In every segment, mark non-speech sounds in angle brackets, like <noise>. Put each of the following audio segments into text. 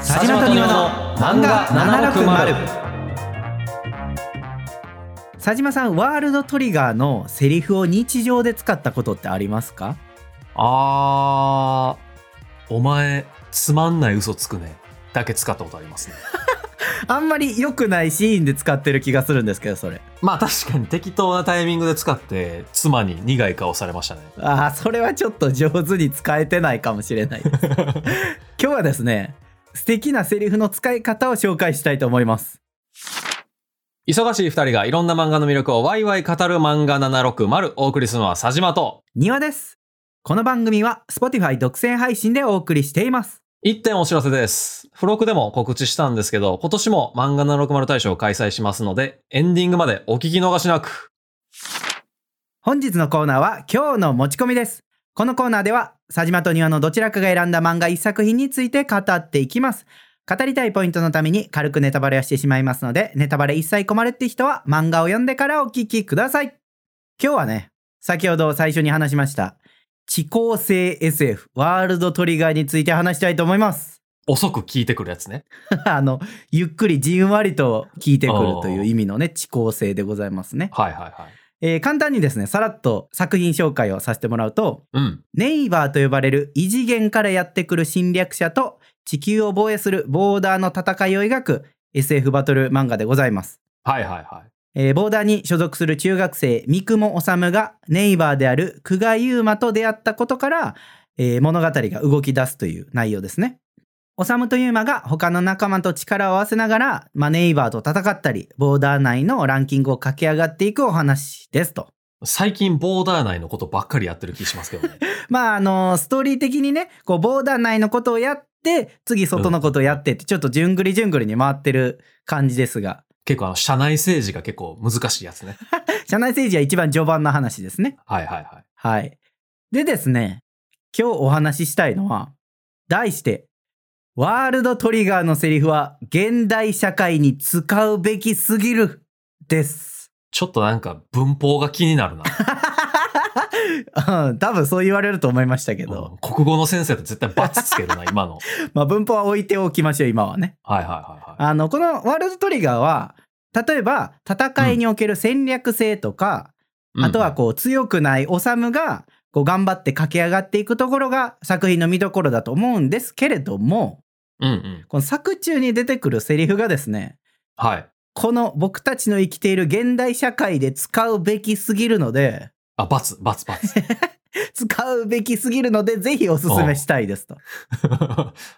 佐島と庭の漫画760佐島さんワールドトリガーのセリフを日常で使ったことってありますかあーお前つまんない嘘つくねだけ使ったことありますねあんまり良くないシーンで使ってる気がするんですけどそれまあ確かに適当なタイミングで使って妻に苦い顔されましたねああそれはちょっと上手に使えてないかもしれないです <laughs> 今日はですね素敵なセリフの使い方を紹介したいと思います忙しい二人がいろんな漫画の魅力をワイワイ語る漫画760お送りするのは佐島と庭ですこの番組は Spotify 独占配信でお送りしています一点お知らせです。付録でも告知したんですけど、今年も漫画760大賞を開催しますので、エンディングまでお聞き逃しなく。本日のコーナーは今日の持ち込みです。このコーナーでは佐島と庭のどちらかが選んだ漫画一作品について語っていきます。語りたいポイントのために軽くネタバレをしてしまいますので、ネタバレ一切困るって人は漫画を読んでからお聞きください。今日はね、先ほど最初に話しました、地高性 SF ワールドトリガーについて話したいと思います。 <laughs> 遅く聞いてくるやつね。あの、ゆっくりじんわりと聞いてくるという意味のね、地高性でございますね。はいはいはい。えー簡単にですね、さらっと作品紹介をさせてもらうと、うん。ネイバーと呼ばれる異次元からやってくる侵略者と地球を防衛するボーダーの戦いを描く SF バトル漫画でございます。はいはいはい。えーボーダーに所属する中学生三雲治がネイバーである久我悠馬と出会ったことから、えー物語が動き出すという内容ですね。治と悠馬が他の仲間と力を合わせながら、まあ、ネイバーと戦ったりボーダー内のランキングを駆け上がっていくお話ですと。最近ボーダー内のことばっかりやってる気しますけ <laughs> どね。まああのストーリー的にねこうボーダー内のことをやって次外のことをやってってちょっとじゅんぐりじゅんぐりに回ってる感じですが結構あの、社内政治が結構難しいやつね。社内政治は一番序盤の話ですねはいはいはい。はいでですね今日お話ししたいのは題して「ワールドトリガーのセリフは現代社会に使うべきすぎる」です。ちょっとなんか文法が気になるな。うん多分そう言われると思いましたけうど、ん国語の先生って絶対バツつけるな、今の。まあ文法は置いておきましょう今はね。はいはいはいはい。あのこのワールドトリガーは例えば戦いにおける戦略性とか、うんあとはこう強くないオサムがこう頑張って駆け上がっていくところが作品の見どころだと思うんですけれどもうんうん。この作中に出てくるセリフがですねはい。この僕たちの生きている現代社会で使うべきすぎるのであ、バツ、バツ、<laughs> バツ。使うべきすぎるのでぜひおすすめしたいですと。はい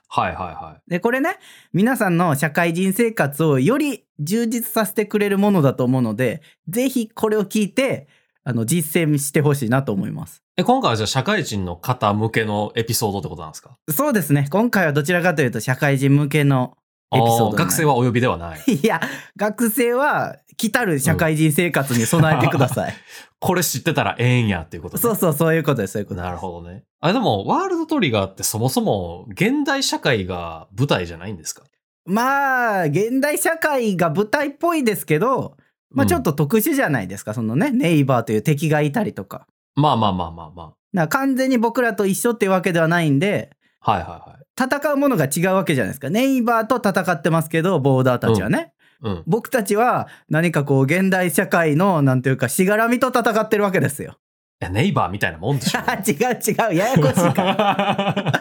はいはい。でこれね皆さんの社会人生活をより充実させてくれるものだと思うのでぜひこれを聞いてあの実践してほしいなと思いますえ、今回はじゃあ社会人の方向けのエピソードってことなんですかそうですね今回はどちらかというと社会人向けの <laughs> エピソードあになる学生はお呼びではない。いや学生は来たる社会人生活に備えてくだ <laughs> さい、これ知ってたらええんやっていうこと、ね、そうそうそういうことですそういうことですなるほどね。あ、でも、ワールドトリガーってそもそも現代社会が舞台じゃないんですかまあ現代社会が舞台っぽいですけどまあちょっ、と特殊じゃないですか、そのねネイバーという敵がいたりとかうんまあまあまあまあまだから完全に僕らと一緒っていうわけではないんであ。はいはいはい。戦うものが違うわけじゃないですかネイバーと戦ってますけどボーダーたちはね、うん。僕たちは何かこう現代社会のなんていうかしがらみと戦ってるわけです <laughs> よいや、ネイバーみたいなもん <laughs> でしょ。違う違うややこしいから <laughs> は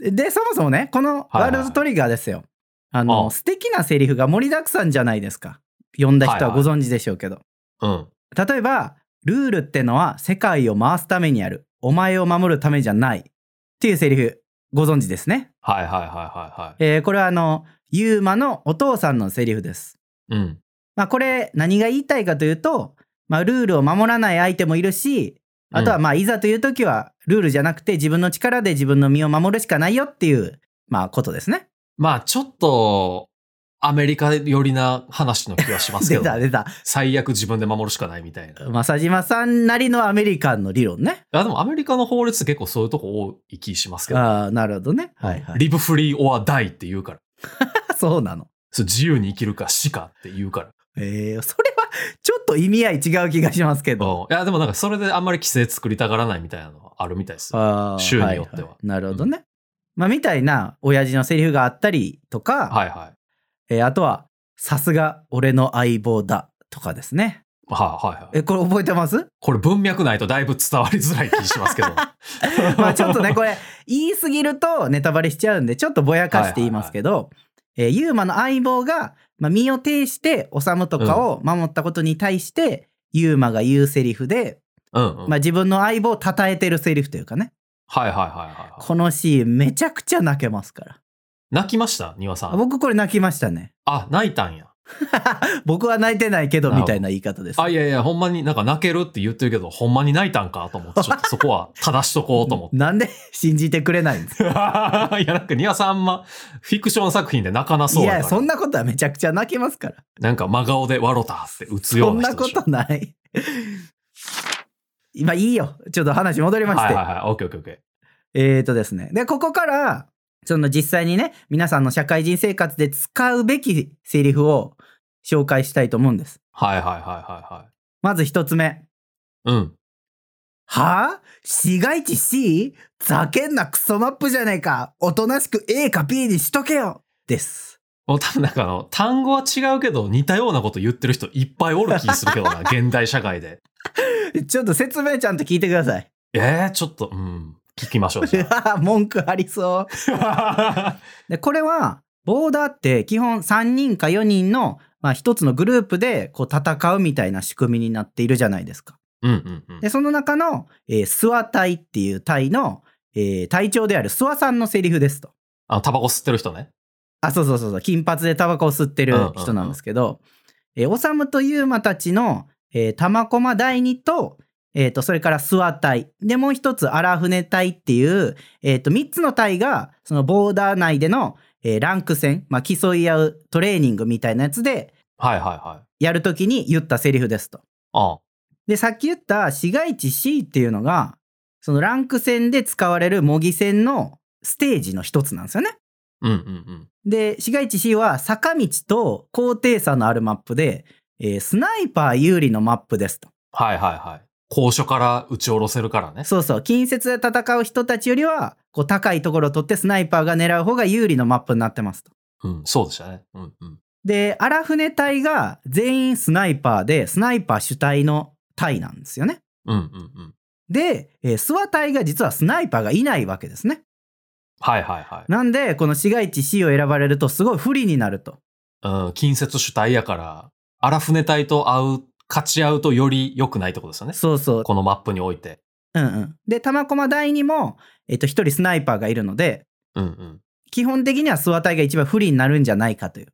でそもそもねこの「ワールドトリガー」ですよ、あのああ素敵なセリフが盛りだくさんじゃないですか読んだ人はご存知でしょうけど、いうん。例えばルールってのは世界を回すためにあるお前を守るためじゃないっていうセリフご存知ですねはいはいはいはいはい。えーこれはあのユーマのお父さんのセリフですうん。まあ、これ何が言いたいかというと、まあ、ルールを守らない相手もいるしあとはうんまあいざという時はルールじゃなくて自分の力で自分の身を守るしかないよっていうまあことですね。まあ、ちょっと、アメリカ寄りな話の気はします <laughs> け出どね、た出た。最悪自分で守るしかないみたいな。まさじまさんなりのアメリカンの理論ね。あでもアメリカの法律って結構そういうとこ多い気しますけど、ああなるほどね。はいはい。リブフリーオアダイって言うから。 <laughs> そうなの。そう自由に生きるか死かって言うから。えー、それはちょっと意味合い違う気がしますけど。うんいや、でもなんかそれであんまり規制作りたがらないみたいなのはあるみたいですよ。あー州によってはなるほどね。まあ、みたいな親父のセリフがあったりとか、はいはい。えーあとは、さすが俺の相棒だとかですね。はいはいはい。え、これ覚えてます <laughs> これ文脈ないとだいぶ伝わりづらい気しますけど。 <laughs> まあちょっとね、これ言い過ぎるとネタバレしちゃうんでちょっとぼやかして言いますけど、えーユーマの相棒が、まあ、身を挺して修とかを守ったことに対して、ユーマが言うセリフで、うん、うん。まあ、自分の相棒を称えてるセリフというかねはいはいはいはいはこのシーンめちゃくちゃ泣けますからい。泣きました庭さあん。僕これ泣きましたねあ、泣いたんや。僕は泣いてないけどなるみほどたいな言い方ですあ、いやいや、ほんまになんか泣けるって言ってるけど、ほんまに泣いたんかと思って、ちょ <laughs> っとそこは正しとこうと思って。 <laughs> なんで <laughs> 信じてくれないんですいや、なんか庭さんあんま、フィクション作品で泣かなそういやから。やそんなことはめちゃくちゃ泣けますからなんか真顔で笑たって打つよそうんなな人でこしょ。とない。今いいよ。ちょっと話戻りまして。はいはいはい。オッケーオッケーオッケー。えーとですね。で、ここから、その実際にね、皆さんの社会人生活で使うべきセリフを紹介したいと思うんです。はいはいはいはまず一つ目。いはい。うん。はぁ市街地 C? ざけんなクソマップじゃねえか。おとなしく A か B にしとけよです。もう多分なんかあの、単語は違うけど、似たようなこと言ってる人いっぱいおる気するけどな、現代社会で。ちょっと説明ちゃんと聞いてください。 <laughs> えー、ちょっと、うん。聞きましょう、じゃ文句ありそう。あ。でこれはボーダーって基本3人か4人の、まあ、1つのグループでこう戦うみたいな仕組みになっているじゃないですか。うんうんうんで。その中の、えー、諏訪隊っていう隊の、えー隊長である諏訪さんのセリフですと。あの、タバコ吸ってる人ね。あそうそうそうそう金髪でタバコを吸ってる人なんですけど、えー、おさむとユーマたちの、えー、玉駒第二と,、えー、とそれから諏訪隊でもう一つ荒船隊っていう、えー、と3つの隊がそのボーダー内での、えーランク戦、まあ、競い合うトレーニングみたいなやつではいはいはい。やるときに言ったセリフですと。ああでさっき言った市街地 C っていうのがそのランク戦で使われる模擬戦のステージの一つなんですよね。うんうんうん。で市街地 C は坂道と高低差のあるマップで、えースナイパー有利のマップですとはいはいはい。高所から撃ち下ろせるからね。そうそう近接で戦う人たちよりはこう高いところを取ってスナイパーが狙う方が有利のマップになってますとうん、そうでしたね。うんうん。で荒船隊が全員スナイパーでスナイパー主体の隊なんですよねうんうんうん。で、えー諏訪隊が実はスナイパーがいないわけですねはいはいはい。なんでこの市街地 C を選ばれるとすごい不利になるとうん、近接主体やから、荒船隊と会う、勝ち合うとより良くないってことですよね。そうそうこのマップにおいて。うんうんで玉駒第にも、えっと1人スナイパーがいるのでうんうん。基本的には諏訪隊が一番不利になるんじゃないかという。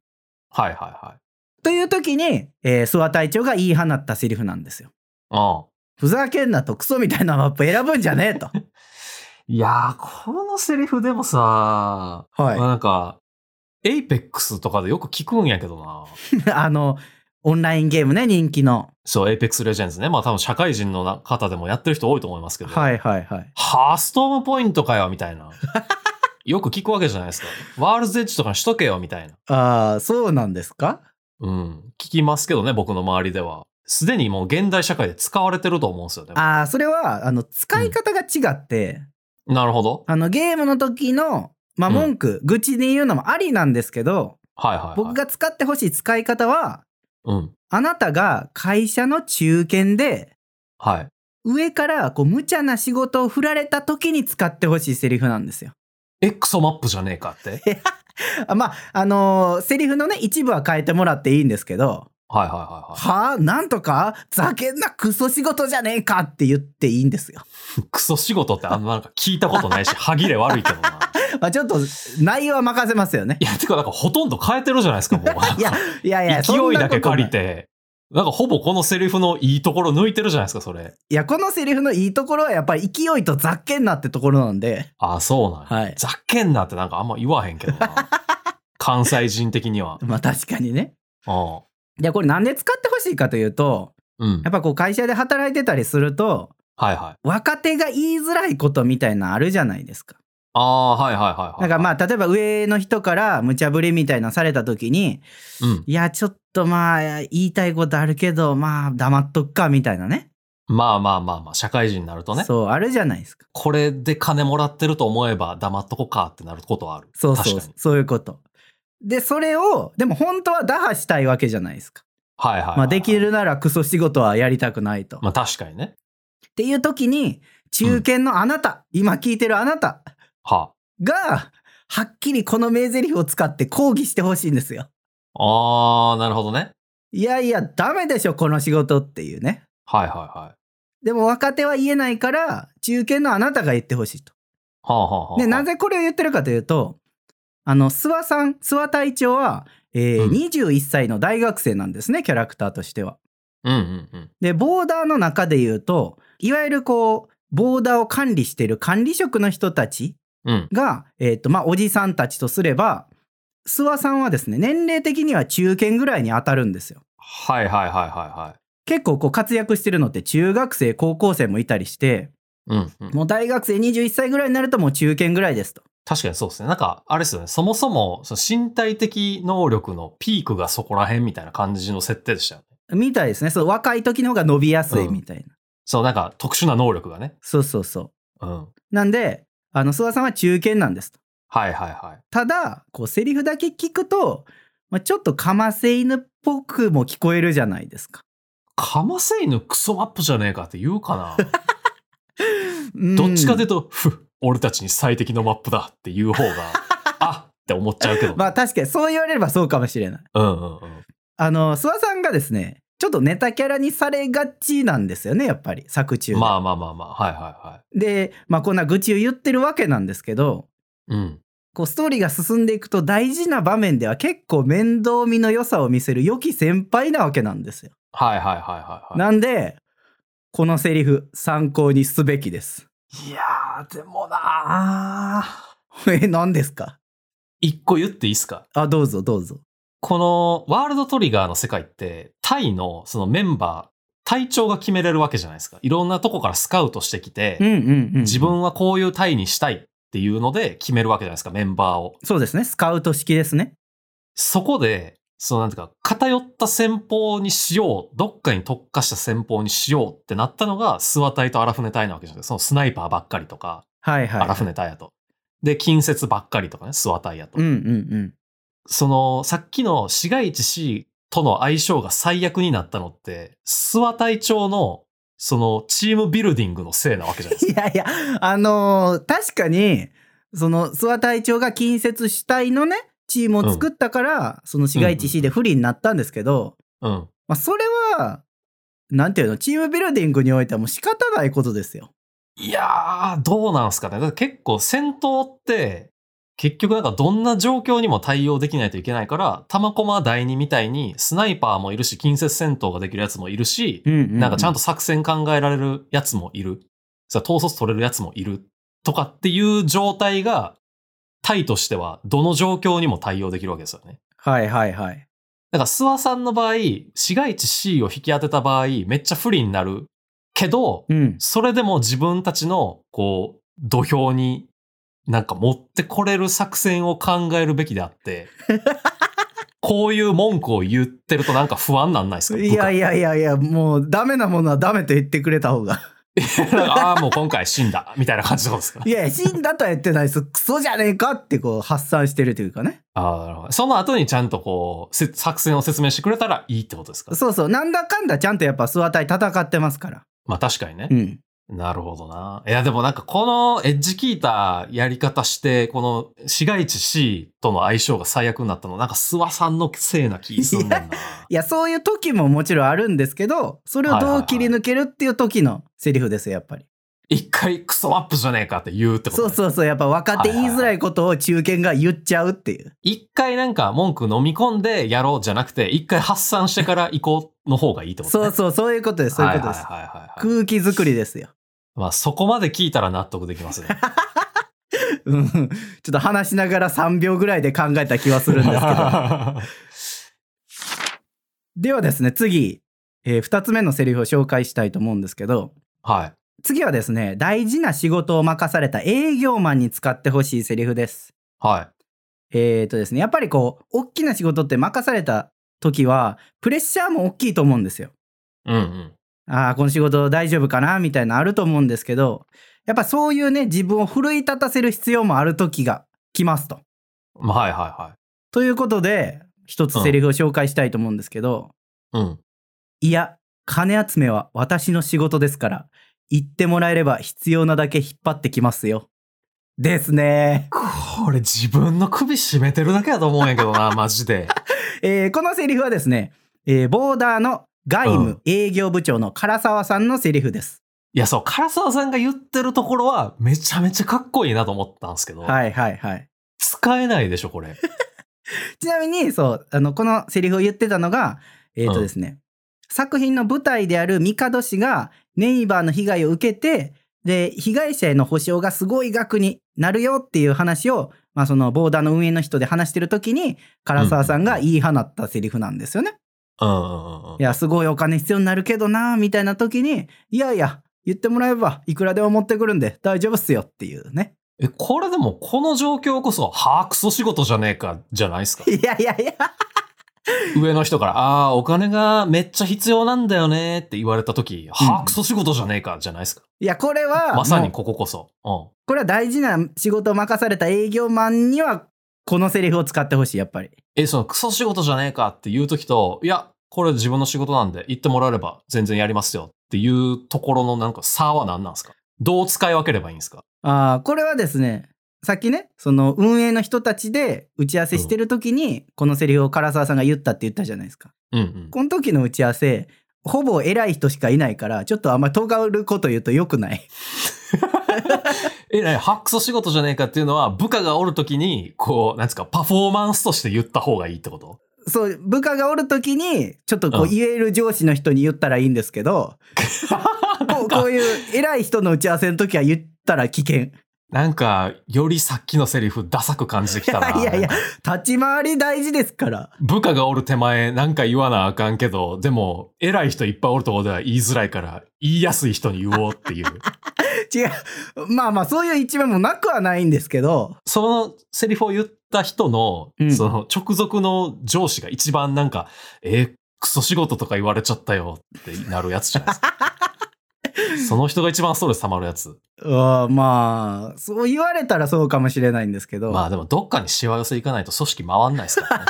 はいはいはい。という時に、えー諏訪隊長が言い放ったセリフなんですよ。ああ。ふざけんなとクソみたいなマップ選ぶんじゃねえと。いやー、このセリフでもさ、 <laughs> はいまあ、なんか、エイペックスとかでよく聞くんやけど <laughs> な。あの、オンラインゲームね、人気の。そう、エイペックスレジェンズね。まあ多分社会人のな方でもやってる人多いと思いますけど。はいはいはい。はあ、ストームポイントかよ、みた <laughs> いな。よく聞くわけじゃないですか。ワールズエッジとかにしとけよ、みたいな。ああ、そうなんですかうん。聞きますけどね、僕の周りでは。すでにもう現代社会で使われてると思うんですよね。ああ、それは、あの、使い方が違って、なるほど。あの、ゲームの時の、まあ、うん文句、愚痴で言うのもありなんですけど、はいはい、はい。僕。が使ってほしい使い方は、うん。あなたが会社の中堅で、はい。上からこう無茶な仕事を振られた時に使ってほしいセリフなんですよ。エクソマップじゃね <laughs> えかって。はいあまああのーセリフのね一部は変えてもらっていいんですけどは「いはいははあなんとかざけんなクソ仕事じゃねえか」って言っていいんですよ。い。クソ仕事ってあんまなんか聞いたこ <laughs> とないし、歯切れ悪いけどな。まあ、ちょっと内容は任せますよねい。や、てかなんかほとんど変えてるじゃないですか、もう。いやいやいや <laughs> 勢そんいなだことけ借りないて。なんかほぼこのセリフのいいところ抜いてるじゃないですか、それ。いやこのセリフのいいところはやっぱり勢いとざけんなってところなんであ、そうなんや。はいざっけんなってなんかあんま言わへんけど <laughs> な。関西人的には。まあ確かにね。うん。でこれなんで使ってほしいかというとうんや。っぱこう会社で働いてたりするとはいはい。若手が言いづらいことみたいなのあるじゃないですか。ああ、はいはいはいはい。なんかまあ例えば上の人から無茶ぶりみたいなのされた時にうん。いやちょっとまあ言いたいことあるけどまあ黙っとくかみたいなねまあまあまあまあ、社会人になるとね。そう、あるじゃないですか。これで金もらってると思えば黙っとこかってなることはある。そうそう確かに。そういうこと。で、それを、でも本当は打破したいわけじゃないですか。はいはいはい、はい。まあ、でき。るならクソ仕事はやりたくないと。まあ確かにね。っていう時に、中堅のあなた、今聞いてるあなたはが、はっきりこの名台詞を使って抗議してほしいんですよ。あ。あー、なるほどね。いやいや、ダメでしょ、この仕事っていうね。はいはいはい。でも若手は言えないから、中堅のあなたが言ってほしいと。はあはあはあはあ。で、なぜこれを言ってるかというと、あの、諏訪さん、諏訪隊長は、えーうん21歳の大学生なんですね、キャラクターとしては。うんうんうん。で、ボーダーの中で言うと、いわゆるこう、ボーダーを管理してる管理職の人たちうん。が、えっ、と、まあ、おじさんたちとすれば、諏訪さんはですね、年齢的には中堅ぐらいに当たるんですよ。はいはいはいは結構こう活躍してるのって中学生、高校生もいたりして、いはい。うん、うん。もう大学生21歳ぐらいになるともう中堅ぐらいですと。確かにそうですね。なんか、あれですよね。そもそも、その身体的能力のピークがそこら辺みたいな感じの設定でしたよね。みたいですね。そう、若い時の方が伸びやすいみたいな。そう、なんか特殊な能力がね。そうそうそうん。はう。なんで、あの、諏訪さんは中堅なんですと。いはいはい。ただ、こう、セリフだけ聞くと、まあ、ちょっとかませ犬っぽくも聞こえるじゃないですか。かませ犬クソマップじゃねえかって言う <laughs> かな。うんどっちかというと、ふ、俺たちに最適のマップだっていう <laughs> 方が、あって思っちゃうけど。まあ確かにそう言われればそうかもしれない。うんうんうん。あの、諏訪さんがですね、ちょっとネタキャラにされがちなんですよね、やっぱり、作中で。まあまあまあまあ、はいはいはで、まあこんな愚痴を言ってるわけなんですけど、い。うん。こうストーリーが進んでいくと大事な場面では結構面倒見の良さを見せる良き先輩なわけなんですよ。はいはいはいはい、はなんで、このセリフ参考にすべきです。い。いやー、でもなー。え、何ですか一個言っていいですかあ、どうぞどうぞ。このワールドトリガーの世界って、タイのそのメンバー、隊長が決めれるわけじゃないですか。いろんなとこからスカウトしてきて、うんうんうん。自分はこういう隊にしたいっていうので決めるわけじゃないですか、メンバーを。そうですね、スカウト式ですね。そこで、そのなんていうか、偏った戦法にしよう、どっかに特化した戦法にしようってなったのが、諏訪隊と荒船隊なわけじゃないですか。そのスナイパーばっかりとか、はい荒はい。船隊やと。で、近接ばっかりとかね、諏訪隊やと。うんうん <laughs> その、さっきの市街地 C との相性が最悪になったのって、諏訪隊長の、その、チームビルディングのせいなわけじゃないです <laughs> うん。いやいや、あのー確かに、その諏訪隊長が近接主体のね、チームを作ったから、その市街地 C で不利になったんですけど、か。うん。まあ、それは、なんていうの、チームビルディングにおいてはもう仕方ないことですよ。いやー、どうなんすかね。だから結構戦闘って、結局なんかどんな状況にも対応できないといけないから、玉駒第二みたいにスナイパーもいるし、近接戦闘ができるやつもいるし、なんかちゃんと。と作戦考えられるやつもいる。さ統率取れるやつもいる。とかっていう状態が、隊としてはどの状況にも対応できるわけですよね。はいはいはい。だから諏訪さんの場合、市街地 C を引き当てた場合、めっちゃ不利になるけど、うん。それでも自分たちの、こう、土俵に、なんか持ってこれる作戦を考えるべきであ <laughs> って、こういう文句を言ってるとなんか不安なんないですかいやいやいや。やいや、もうダメなものはダメと言ってくれた方 <laughs> が。 <laughs> なんかああ、もう今回死んだ、みたいな感じなんですかいやいや、死んだとは言ってないです。クソじゃねえかってこう発散してるというかね。ああ、なるほど。その後にちゃんとこう、せ作戦を説明してくれたらいいってことですかそうそう。なんだかんだちゃんとやっぱ諏訪隊戦ってますから。まあ確かにねう。ん。なるほどな。いや、でもなんかこのエッジ効いたやり方して、この市街地 C との相性が最悪になったの、なんか諏訪さんのせいな気すんねんな。いや、そういう時ももちろんあるんですけど、それをどう切り抜けるっていう時のセリフですよ、やっぱり。一回クソマップじゃねえかって言うってことそうう。そうそう。やっぱ若手言いづらいことを中堅が言っちゃうっていう。一回なんか文句飲み込んでやろうじゃなくて、一回発散してから行こうの方がいいってことそううそう、そういうことです。そういうことです。はいはいはいはいはい、空気作りですよ。まあそこまで聞いたら納得でき <laughs> ますね。うんちょっと話しながら3秒ぐらいで考えた気はする <laughs> んですけ <laughs> ど。ではですね、次、え2つ目のセリフを紹介したいと思うんですけど、はい。次はですね、大事な仕事を任された営業マンに使ってほしいセリフです。はい。えーとですね、やっぱりこう、大きな仕事って任された時は、プレッシャーも大きいと思うんですよ。うんうん。ああ、この仕事大丈夫かなみたいなのあると思うんですけど、やっぱそういうね、自分を奮い立たせる必要もある時が来ますと。まあはいはということで、一つセリフを紹介したいと思うんですけど、いはい。うん。いや、金集めは私の仕事ですから、言ってもらえれば必要なだけ引っ張ってきますよ。ですね。これ自分の首絞めてるだけやと思うんやけどな、 <laughs> マジで。えーこのセリフはですね、えーボーダーの外務、うん営業部長の唐沢さんのセリフです。いや、そう、唐沢さんが言ってるところは、めちゃめちゃかっこいいなと思ったんですけど、はいはいはい。使えないでしょ、これ。ちなみに、そう、あの、このセリフを言ってたのが、えっ、とですね、作品の舞台である帝氏がネイバーの被害を受けて、で、被害者への補償がすごい額になるよっていう話を、まあ、そのボーダーの運営の人で話してる時に、唐沢さんが言い放ったセリフなんですよね。うんうんうんうん。いや、すごいお金必要になるけどな、みたいな時に、いやいや、言ってもらえば、いくらでも持ってくるんで大丈夫っすよっていうね。 <laughs> え、これでも、この状況こそ、はあ、クソ仕事じゃねえか、じゃない <laughs> ですか。いやいやいや、上の人から、ああ、お金がめっちゃ必要なんだよねって言われた時、はあ、クソ仕事じゃねえか、じゃないですか。いや、これは、まさもにうこここそ。うこれは大事な仕事を任された営業マンには、このセリフを使ってほしい、やっぱり。ん。え、その、クソ仕事じゃねえかっていう時と、いや、これ自分の仕事なんで、言ってもらえれば全然やりますよっていうところのなんか差は何なんですかどう使い分ければいいんですかああ、これはですね、さっきね、その運営の人たちで打ち合わせしてる時に、このセリフを唐沢さんが言ったって言ったじゃないですか。うんうん。この時の打ち合わせ、ほぼ偉い人しかいないから、ちょっとあんまり尖ること言うと良くない。 <laughs> えらい、ハックソ仕事じゃねえかっていうのは、部下がおるときに、こう、なんつうか、パフォーマンスとして言った方がいいってことそう、部下がおるときに、ちょっとこううん言える上司の人に言ったらいいんですけど、こうこういう偉い人の打ち合わせの時は言ったら危険。なんか、よりさっきのセリフ、ダサく感じてきたな。 <laughs> いやいやなんか立ち回り大事ですから。部下がおる手前、なんか言わなあかんけど、でも、偉い人いっぱいおるところでは言いづらいから、言いやすい人に言おうっていう。違う。まあまあ、そういう一面もなくはないんですけど、そのセリフを言った人の、うんその直属の上司が一番なんか、えークソ仕事とか言われちゃったよってなるやつじゃないです <laughs> か。その人が一番ストレス溜まるやつ。あーまあ、そう言われたらそうかもしれないんですけど、まあでもどっかにしわ寄せいかないと組織回んないですからね。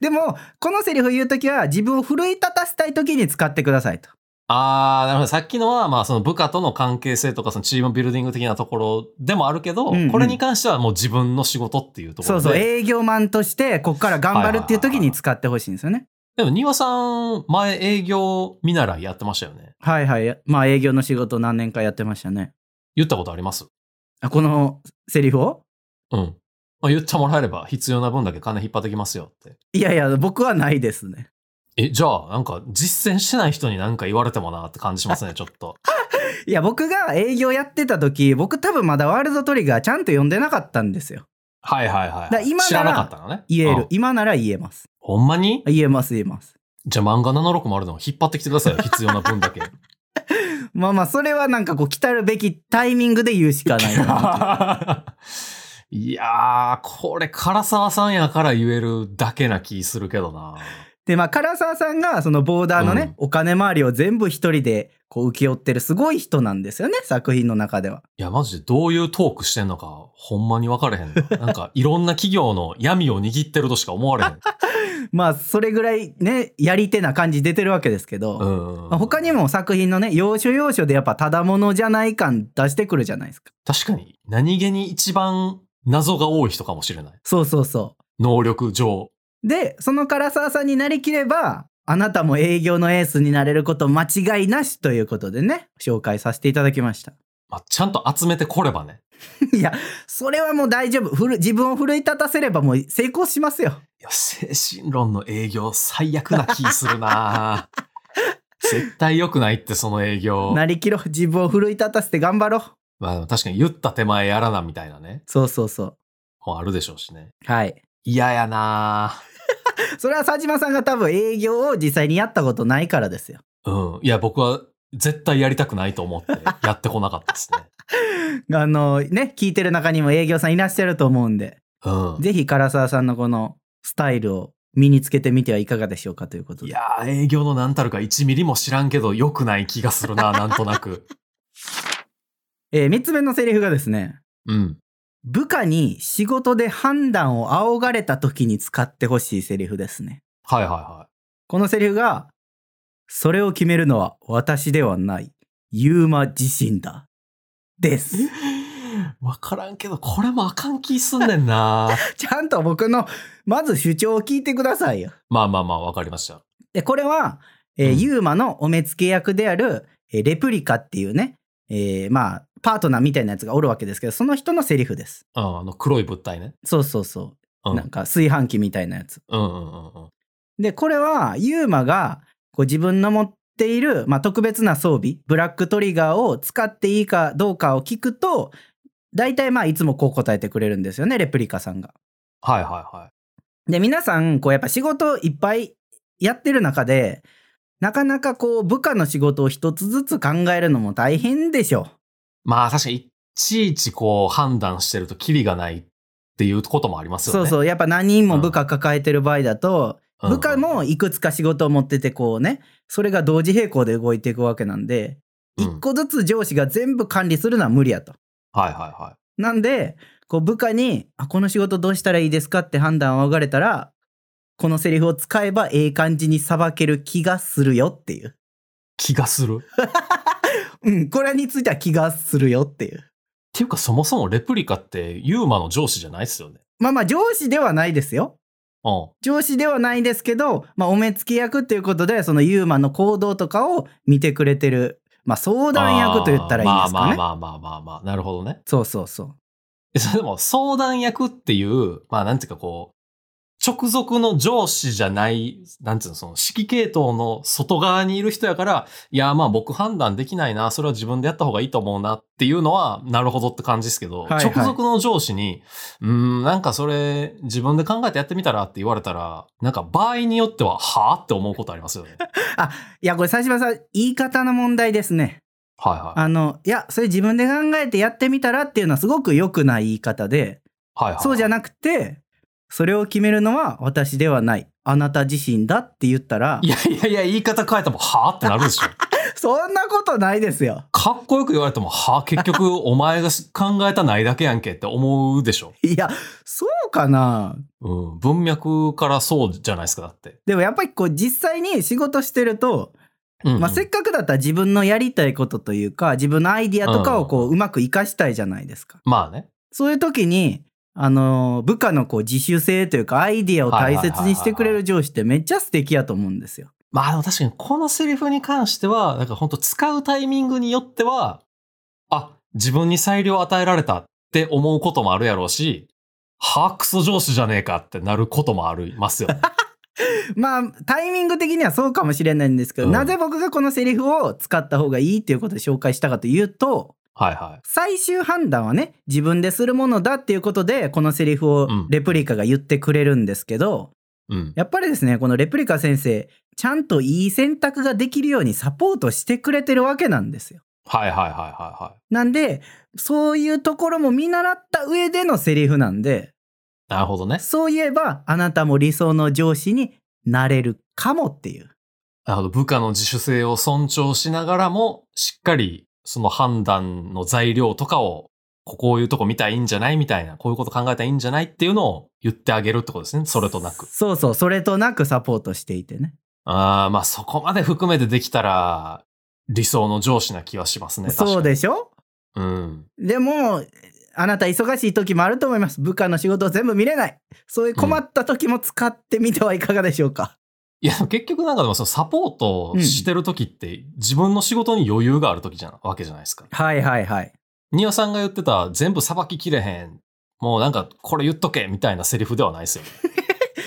でも、このセリフ言う時は、自分を奮い立たせたい時に使ってくださいと。あー、なるほど。さっきのは、まあその部下との関係性とか、そのチームビルディング的なところでもあるけど、うんうんこれに関してはもう自分の仕事っていうとこそろうで。そう、営業マンとして、こっから頑張るっていう時に使ってほしいんですよね。でも、庭さん、前営業見習いやってましたよね。はいはい。まあ営業の仕事何年かやってましたね。言ったことありますあこのセリフをうん。まあ、言ってもらえれば必要な分だけ金引っ張ってきますよって。いやいや、僕はないですね。え、じゃあ、なんか実践してない人になんか言われてもなって感じ <laughs> しますね、ちょっと。いや、僕が営業やってた時、僕多分まだワールドトリガーちゃんと読んでなかったんですよ。はいはいだはい、から今なら知らなかったのね。言えうるん。今なら言えます。ほんまに言えます、言えます。じゃあ漫画76もあるの引っ張ってきてくださいよ、必要な分 <laughs> だけ。まあまあ、それはなんかこう、来たるべきタイミングで言うしか <laughs> ないな。いやー、これ、唐沢さんやから言えるだけな気するけどな。で、まあ、唐沢さんがそのボーダーのね、お金回りを全部一人でこう、請け負ってるすごい人なんですよね、作品の中では。いや、マジでどういうトークしてんのか、ほんまに分かれへんな。なんか、いろんな企業の闇を握ってるとしか <laughs> 思われへん。まあ、それぐらいね、やり手な感じ出てるわけですけど。うんまあ他に。も作品のね要所要所でやっぱただものじゃない感出してくるじゃないですか確かに、何気に一番謎が多い人かもしれない。そうそうそ能力上。うでその唐沢さんになりきればあなたも営業のエースになれること間違いなしということでね紹介させていただきましたまあ、ちゃんと集めてこればね。いやそれはもう大丈夫ふる自分を奮い立たせればもう成功しますよいや、精神論の営業、最悪な気す <laughs> るな絶対良くないって、その営業。なりきろう自分を奮い立たせて頑張ろうまあでも確かに言った手前やらなみたいなね。そうそうそうもうあるでしょうしね。はい嫌やなそれは佐島さんが多分営業を実際にやったことないからですようん。いや、僕は絶対やりたくないと <laughs> 思ってやってこなかったですね。あのね聞いてる中にも営業さんいらっしゃると思うんでうん。ぜひ唐沢さんのこのスタイルを身につけてみてはいかがでしょうかということいで。やー、営業の何たるか1ミリも知らんけど、良くない気がするな、なんとなく。えー、3つ目のセリフがですね、うん。部下に仕事で判断を仰がれた時に使ってほしいセリフですね。はいはいはこのセリフが、それを決めるのは私ではない、ユーマ自身だ。です。い。 <laughs> わからんけど、これもあかん気すんね <laughs> んな。ちゃんと僕の、まず主張を聞いてくださいよ。まあまあまあ、わかりました。で、これは、えーうんユーマのお目付け役である、えーレプリカっていうね、えーまあ、パートナーみたいなやつがおるわけですけど、その人のセリフです。うん、あの、黒い物体ね。そうそうそうう。ん。うなんんか炊飯器みたいなやつ。うんうんうん。で、これは、ユーマが、こう自分の持っている、まあ、特別な装備、ブラックトリガーを使っていいかどうかを聞くと、大体まあ、いつもこう答えてくれるんですよね、レプリカさんが。はいはいはい。で皆さんこうやっぱ仕事いっぱいやってる中でなかなかこう部下の仕事を一つずつ考えるのも大変でしょまあ確かに、いちいちこう判断してるとキリがないっていうこともありますよね。そうそうやっぱ何人も部下抱えてる場合だと、うん部下もいくつか仕事を持っててこうねそれが同時並行で動いていくわけなんでうん一個ずつ上司が全部管理するのは無理やと。はいはいはい。なんでこう部下にあ「この仕事どうしたらいいですか?」って判断を分かれたらこのセリフを使えばええ感じにさばける気がするよっていう。気がする。っうん、これについては気がするよっていう。ていうかそもそもレプリカってユーマの上司じゃないですよね。まあまあ上司ではないですよ。うん。上司ではないですけど、まあお目付け役っていうことで、そのユーマの行動とかを見てくれてる、まあ相談役と言ったらいいんですかね。あーまあまあまあまあまあまあ、なるほどね。そうそうそう。えそれでも相談役っていう、まあなんていうかこう、直属の上司じゃない、なんていうの、その指揮系統の外側にいる人やから、いや、まあ僕判断できないな、それは自分でやった方がいいと思うなっていうのは、なるほどって感じですけど、はいはい直属の上司に、うーん、なんかそれ自分で考えてやってみたらって言われたら、なんか場合によっては、はぁって思うことありますよね。いや、これ最島さん、言い方の問題ですね。はいはい。あの、いや、それ自分で考えてやってみたらっていうのはすごく良くない言い方で、はいはい。そうじゃない。なくて、それを決めるのは私ではない。あなた自身だって言ったらい、やいやいや、言い方変えても、はぁってなるでしょ。そんなことないですよ。かっこよく言われても、は <laughs> あ、結局お前がし考えたないだけやんけって思うでしょ。いや、そうかなうん。文脈からそうじゃないですか、だって。でもやっぱりこう実際に仕事してると、うん、まあ、せっかくだったら自分のやりたいことというか自分のアイディアとかをこううまく活かしたいじゃないですか。まあね。そういう時にあのー部下のこう自主性というかアイディアを大切にしてくれる上司ってめっちゃ素敵やと思うんですよ。まあでも確かにこのセリフに関しては、なんか本当使うタイミングによっては、あ、自分に裁量を与えられたって思うこともあるやろうし、はあ、クソ上司じゃねえかってなることもあ <laughs> りますよね。まあタイミング的にはそうかもしれないんですけど、うんなぜ僕がこのセリフを使った方がいいっていうことで紹介したかというと、はいは最終判断はね自分でするものだっていうことでこのセリフをうんレプリカが言ってくれるんですけど、い。うん。やっぱりですねこのレプリカ先生ちゃんといい選択ができるようにサポートしてくれてるわけなんですよ。はいはいはいはいはい。なんでそういうところも見習った上でのセリフなんでなるほどね。そういえばあなたも理想の上司になれるかもっていう。なるほど部下の自主性を尊重しながらも、しっかりその判断の材料とかを、ここういうとこ見たらいいんじゃないみたいな、こういうこと考えたらいいんじゃないっていうのを言ってあげるってことですね。それとなく。そうそうそれとなくサポートしていてね。ああ、まあそこまで含めてできたら、理想の上司な気はしますね。確かにそうでしょうん。でも、あなた忙しい時もあると思います。部下の仕事を全部見れない。そういう困った時も使ってみてはいかがでしょうか。いや、結局なんかでもそのサポートしてる時って、自分の仕事に余裕がある時じゃなわけじゃないですか。はいはいはい。ニオさんが言ってた、全部さばききれへん。もうなんか、これ言っとけみたいなセリフではないですよね。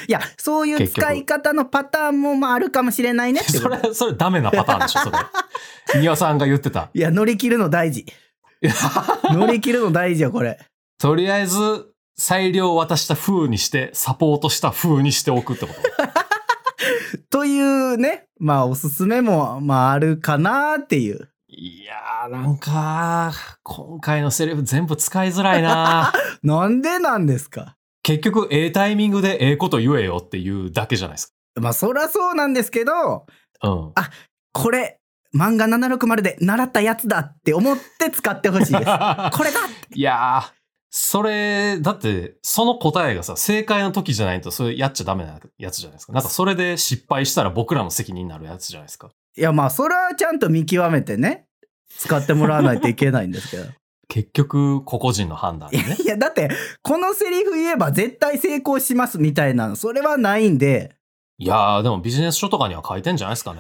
いや、そういう使い方のパターンもまああるかもしれないねってこ <laughs> そと。れ、それダメなパターンでしょ、<laughs> それ。庭さんが言ってた。 <laughs> いや、乗り切るの大事。乗り切るの大事よ、これ。とりあえず、裁量を渡した風にして、サポートした風にしておくってこと。というね、まあおすすめも、まああるかなっていう。いやー、なん <laughs> か、今回のセリフ全部使いづらいななんでなんですか結局、ええタイミングでええこと言えよっていうだけじゃないですまあそらそうなんですけど、か。うん。これ、漫画760で習ったやつだって思って使ってほしいです。こ <laughs> れだいやー、それ、だって、その答えがさ、正解の時じゃないと、それやっちゃダメなやつじゃないですか。なんか、それで失敗したら僕らの責任になるやつじゃないですか。いやまあそれはちゃんと見極めてね、使ってもらわないといけないん <laughs> ですけど。結局、個々人の判断でね。いやだって、このセリフ言えば絶対成功しますみたいなの、それはないんで、いやー、でもビジネス書とかには書いてんじゃないで <laughs> すかね。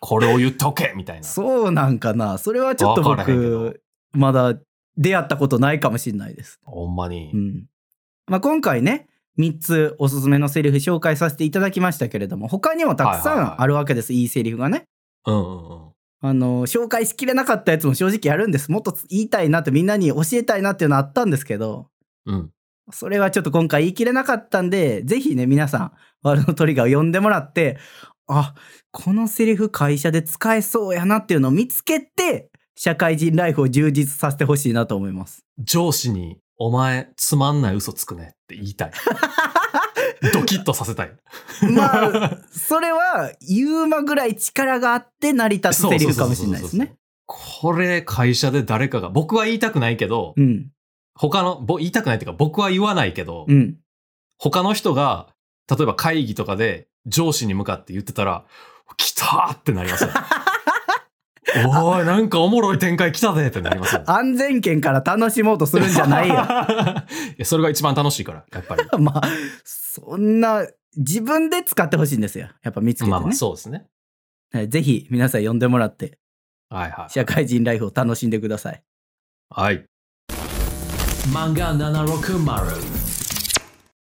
これを言っておけみたいな。そうなんかな。それはちょっとわからへんけど僕、まだ出会ったことないかもしれないです。ほんまにう。ん。まあ今回ね、3つおすすめのセリフ紹介させていただきましたけれども、他にもたくさはいはいはいんあるわけです、いいセリフがね。うんうんうん。あの紹介しきれなかったやつも正直あるんですもっと言いたいなってみんなに教えたいなっていうのあったんですけどうん。それはちょっと今回言い切れなかったんでぜひね皆さん「ワールドトリガー」を読んでもらってあこのセリフ会社で使えそうやなっていうのを見つけて社会人ライフを充実させてほしいなと思い <laughs> ます。上司に、お前、つまんない嘘つくねって言い <laughs> たい。ドキッとさせたい。まあ <laughs> それはユーマぐらい力があって成り立つセリフかもしれないですね。これ、会社で誰かが、僕は言いたくないけど、うん他の、ぼ言いたくないっていうか、僕は言わないけど、うん他の人が、例えば会議とかで上司に向かって言ってたら、来たーってなり <laughs> ますよ。おーい、なんかおもろい展開来たぜってなりますよ。安全圏から楽しもうとするんじゃ <laughs> ないよ。いやそれが一番楽しいから、やっぱり。 <laughs> まあ、そんな、自分で使ってほしいんですよ。やっぱ見つけてね。まあまあ、そうですね。はいぜひ、皆さん呼んでもらって、はいはい。社会人ライフを楽しんでください。はい。漫画760。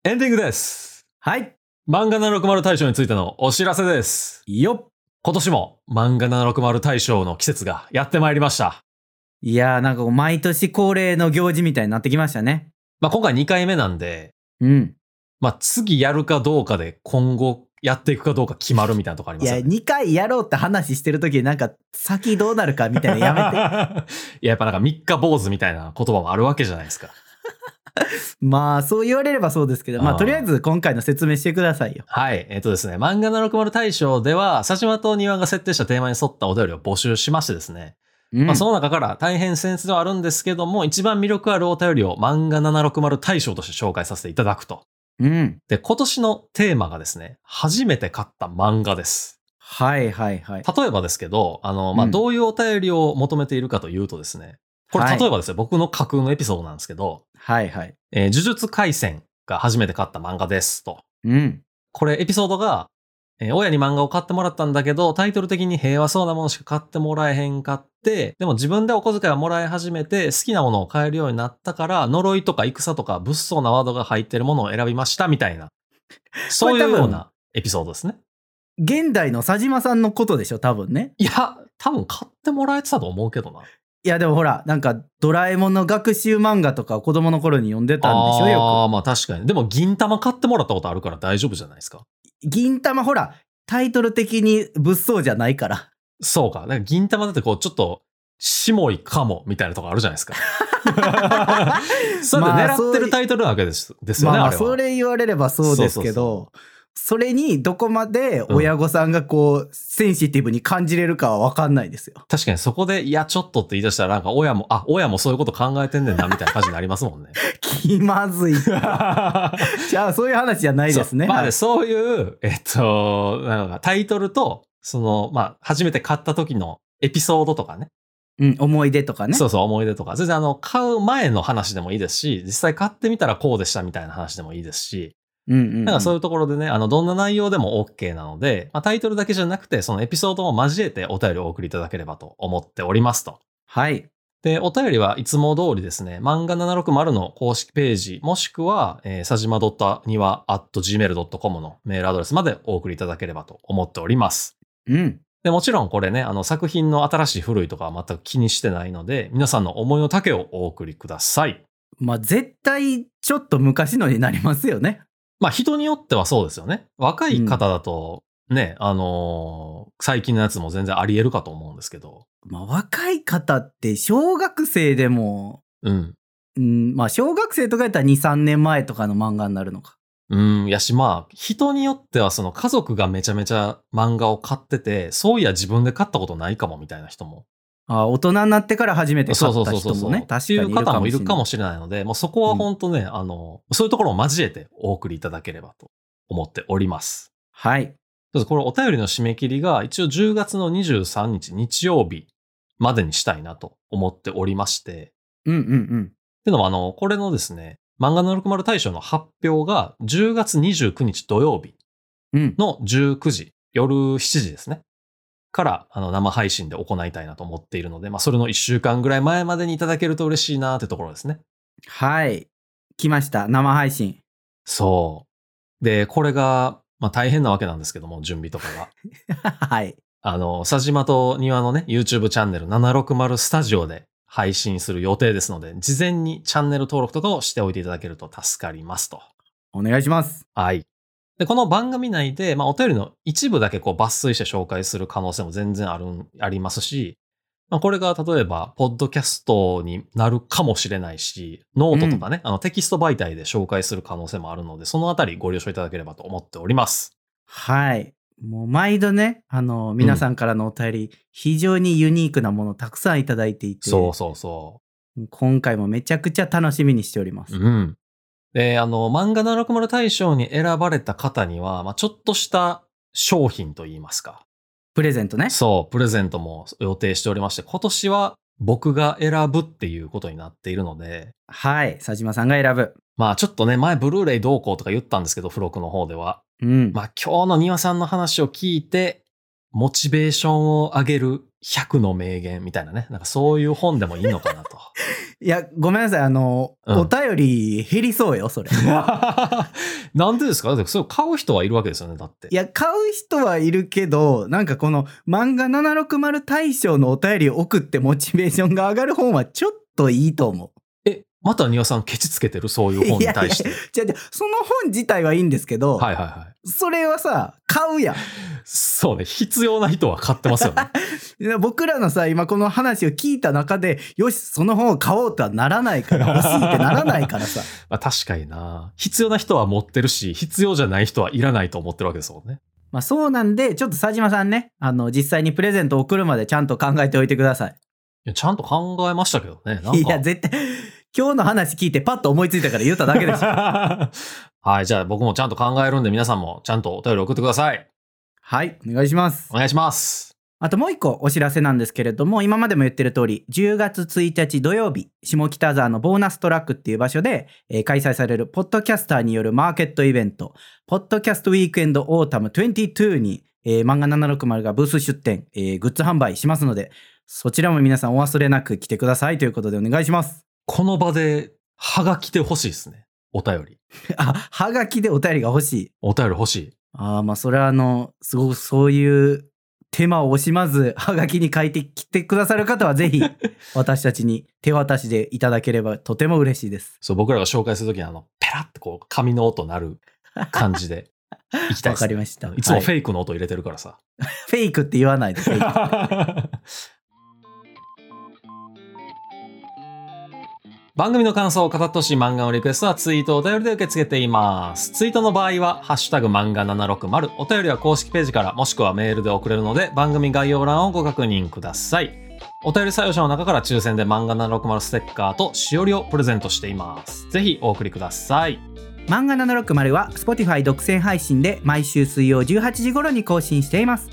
エンディングです。はい。漫画760大賞についてのお知らせです。よっ。今年も漫画760大賞の季節がやってまいりました。いやー、なんかこう毎年恒例の行事みたいになってきましたね。まあ、今回2回目なんで、うん。まあ、次やるかどうかで今後やっていくかどうか決まるみたいなとこありいますや、よね。 2回やろうって話してる時になんか、先どうなるかみたいなのやめて。めて。 <laughs> いや、やっぱなんか三日坊主みたいな言葉もあるわけじゃないですか。 <laughs> まあ、そう言われればそうですけど、まああ、ーとりあえず今回の説明してくださいよ。はい。えっ、とですね、漫画760大賞では、佐島と庭が設定したテーマに沿ったお便りを募集しましてですね、うんまあ、その中から大変センスではあるんですけども、一番魅力あるお便りを漫画760大賞として紹介させていただくと。うん。で、今年のテーマがですね、初めて買った漫画です。はいはいはい。例えばですけど、あの、まあ、うんどういうお便りを求めているかというとですね、これはい例えばですね、僕の架空のエピソードなんですけど、はいはい。えー呪術廻戦が初めて買った漫画ですと。うん。これエピソードが、えー親に漫画を買ってもらったんだけど、タイトル的に平和そうなものしか買ってもらえへんかって、でも自分でお小遣いをもらい始めて、好きなものを買えるようになったから、呪いとか戦とか物騒なワードが入ってるものを選びましたみた <laughs> いな、そういうようなエピソードですね。現代の佐島さんのことでしょ、多分ね。いや、多分買ってもらえてたと思うけどな。いやでもほらなんかドラえもんの学習漫画とかを子供の頃に読んでたんでしょあよあ、まあ確かに。でも銀玉買ってもらったことあるから大丈夫じゃないですか。く銀玉ほらタイトル的に物騒じゃないからそうか。なんか銀玉だってこう、ちょっと、しもいかもみたいなとこあるじゃないですか。それでまあ狙ってるタイトルなわけですですよね、まあまああれそは。れ言われればそうですけどそそれにどこまで親御さんがこう、センシティブに感じれるかは分かんないですよ確かにそこで、いや、ちょっとって言い出したら、なんか親も、あ、親もそういうこと考えてんねんな、みたいな感じになりますもんね。気まずいじゃあそういう話じゃ <laughs> ないですねそうまあねはいそういう、えっと、なんかタイトルと、その、まあ、初めて買った時のエピソードとかね。うん、思い出とかねそうそう、思い出とか。全然、あの、買う前の話でもいいですし、実際買ってみたらこうでしたみたいな話でもいいですし、うんうんうんなんかそういうところでね、あの、どんな内容でも OK なので、まあ、タイトルだけじゃなくて、そのエピソードも交えてお便りをお送りいただければと思っておりますと。はいで、お便りはいつも通りですね、漫画760の公式ページ、もしくは、えー、さじま .niwa.gmail.com のメールアドレスまでお送りいただければと思っております。うんで、もちろんこれね、あの、作品の新しい古いとかは全く気にしてないので、皆さんの思いの丈をお送りください。まあ絶対ちょっと昔のになりますよねまあ人によってはそうですよね。若い方だとね、あのー最近のやつも全然あり得るかと思うんですけど。まあ若い方って小学生でもうん。うん、まあ、小学生とかやったら2、3年前とかの漫画になるのか。うん、やし、まあ、人によっては、その家族がめちゃめちゃ漫画を買ってて、そういや自分で買ったことないかもみたいな人も。あー大人になってから初めて買そうそっうたそうそ人うそもう。ね、っ確かてにいいるかうもしれな方い。もいるかもしれないので、もうそこは本当ね、あの、そういうところを交えてお送りいただければと思っております。はい。ちょっとこれお便りの締め切りが一応10月の23日日曜日までにしたいなと思っておりまして、うんうんうん。っていうのも、あの、これのですね、漫画の60大賞の発表が10月29日土曜日うん。の19時、夜7時ですね。から、あの、生配信で行いたいなと思っているので、まあ、それの1週間ぐらい前までにいただけると嬉しいなってところですね。はい。来ました。生配信。 <laughs> そう。で、これが、まあ、大変なわけなんですけども、準備とかが。はい。あの、佐島と庭のね、YouTube チャンネル760スタジオで配信する予定ですので、事前にチャンネル登録とかをしておいていただけると助かりますと。お願いします。はい。で、この番組内で、まあ、お便りの一部だけこう抜粋して紹介する可能性も全然あるん、ありますし、まあ、これが例えば、ポッドキャストになるかもしれないし、ノートとかね、あのテキスト媒体で紹介する可能性もあるので、そのあたりご了承いただければと思っております。はい。もう毎度ね、あの、皆さんからのお便り、非常にユニークなものたくさんいただいていて、そうそうそう。今回もめちゃくちゃ楽しみにしております。うん。で、あの、漫画760大賞に選ばれた方には、まあ、ちょっとした商品といいますか。プレゼントね。そう、プレゼントも予定しておりまして、今年は僕が選ぶっていうことになっているので、はい。佐島さんが選ぶ。まあちょっとね、前ブルーレイどうこうとか言ったんですけど、付録の方では。うん。まあ今日の庭さんの話を聞いて、モチベーションを上げる100の名言みたいなね、なんかそういう本でもいいのか <laughs> なと。いや、ごめんなさい。あの、うんお便り減りそうよ、そ <laughs> れ。なんでですかだってそれ買う人はいるわけですよね、だってい。や、買う人はいるけど、なんかこの漫画760大賞のお便りを送ってモチベーションが上がる本はちょっといいと思う。え、また庭さんケチつけてるそういう本に対して。じゃじゃその本自体はいいんですけど、はいはいはい。それはさ、買うやん。そうね、必要な人は買ってます <laughs> よね。で僕らのさ、今この話を聞いた中で、よし、その本を買おうとはならないから、欲しいってならないからさ。まあ、確かにな。必要な人は持ってるし、必要じゃない人はいらないと思ってるわけですもんね。まあそうなんで、ちょっと佐島さんね、あの、実際にプレゼントを送るまでちゃんと考えておいてください。いやちゃんと考えましたけどね。なんかいや、絶対、今日の話聞いてパッと思いついたから言っただけでし <laughs> ょ。はい、じゃあ僕もちゃんと考えるんで、皆さんもちゃんとお便り送ってください。はい、お願いしますお。願いします。あともう一個お知らせなんですけれども、今までも言ってる通り、10月1日土曜日、下北沢のボーナストラックっていう場所で、えー開催されるポッドキャスターによるマーケットイベント、ポッドキャストウィークエンドオータム22に、えー漫画760がブース出展、えーグッズ販売しますので、そちらも皆さんお忘れなく来てくださいということでお願いします。この場で、はがきてほしいですね。お便り。 <laughs> あ、はがきでお便りが欲しい。お便り欲しい。ああ、まあ、それはあの、すごくそういう手間を惜しまず、はがきに書いてきてくださる方は、 <laughs> ぜひ、私たちに手渡しでいただければとても嬉しいです。そう、僕らが紹介するときに、あの、ペラってこう、紙の音鳴る感じで、いきたわいかですりね。ました。いつもはいフェイクの音入れてるか <laughs> らさ。フェイクって言わないで。フェイク番組の感想を語ってほしい漫画のリクエストはツイートお便りで受け付けています。ツイートの場合は、ハッシュタグ漫画760、お便りは公式ページから、もしくはメールで送れるので、番組概要欄をご確認ください。お便り採用者の中から抽選で漫画760ステッカーとしおりをプレゼントしています。ぜひお送りください。漫画760は Spotify 独占配信で毎週水曜18時頃に更新しています。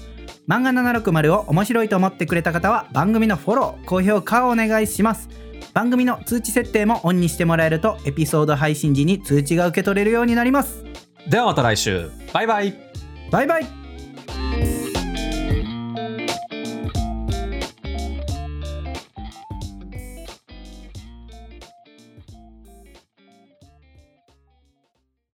漫画760を面白いと思ってくれた方は番組のフォロー、高評価をお願いします。番組の通知設定もオンにしてもらえるとエピソード配信時に通知が受け取れるようになります。ではまた来週。バイバイ。バイバイ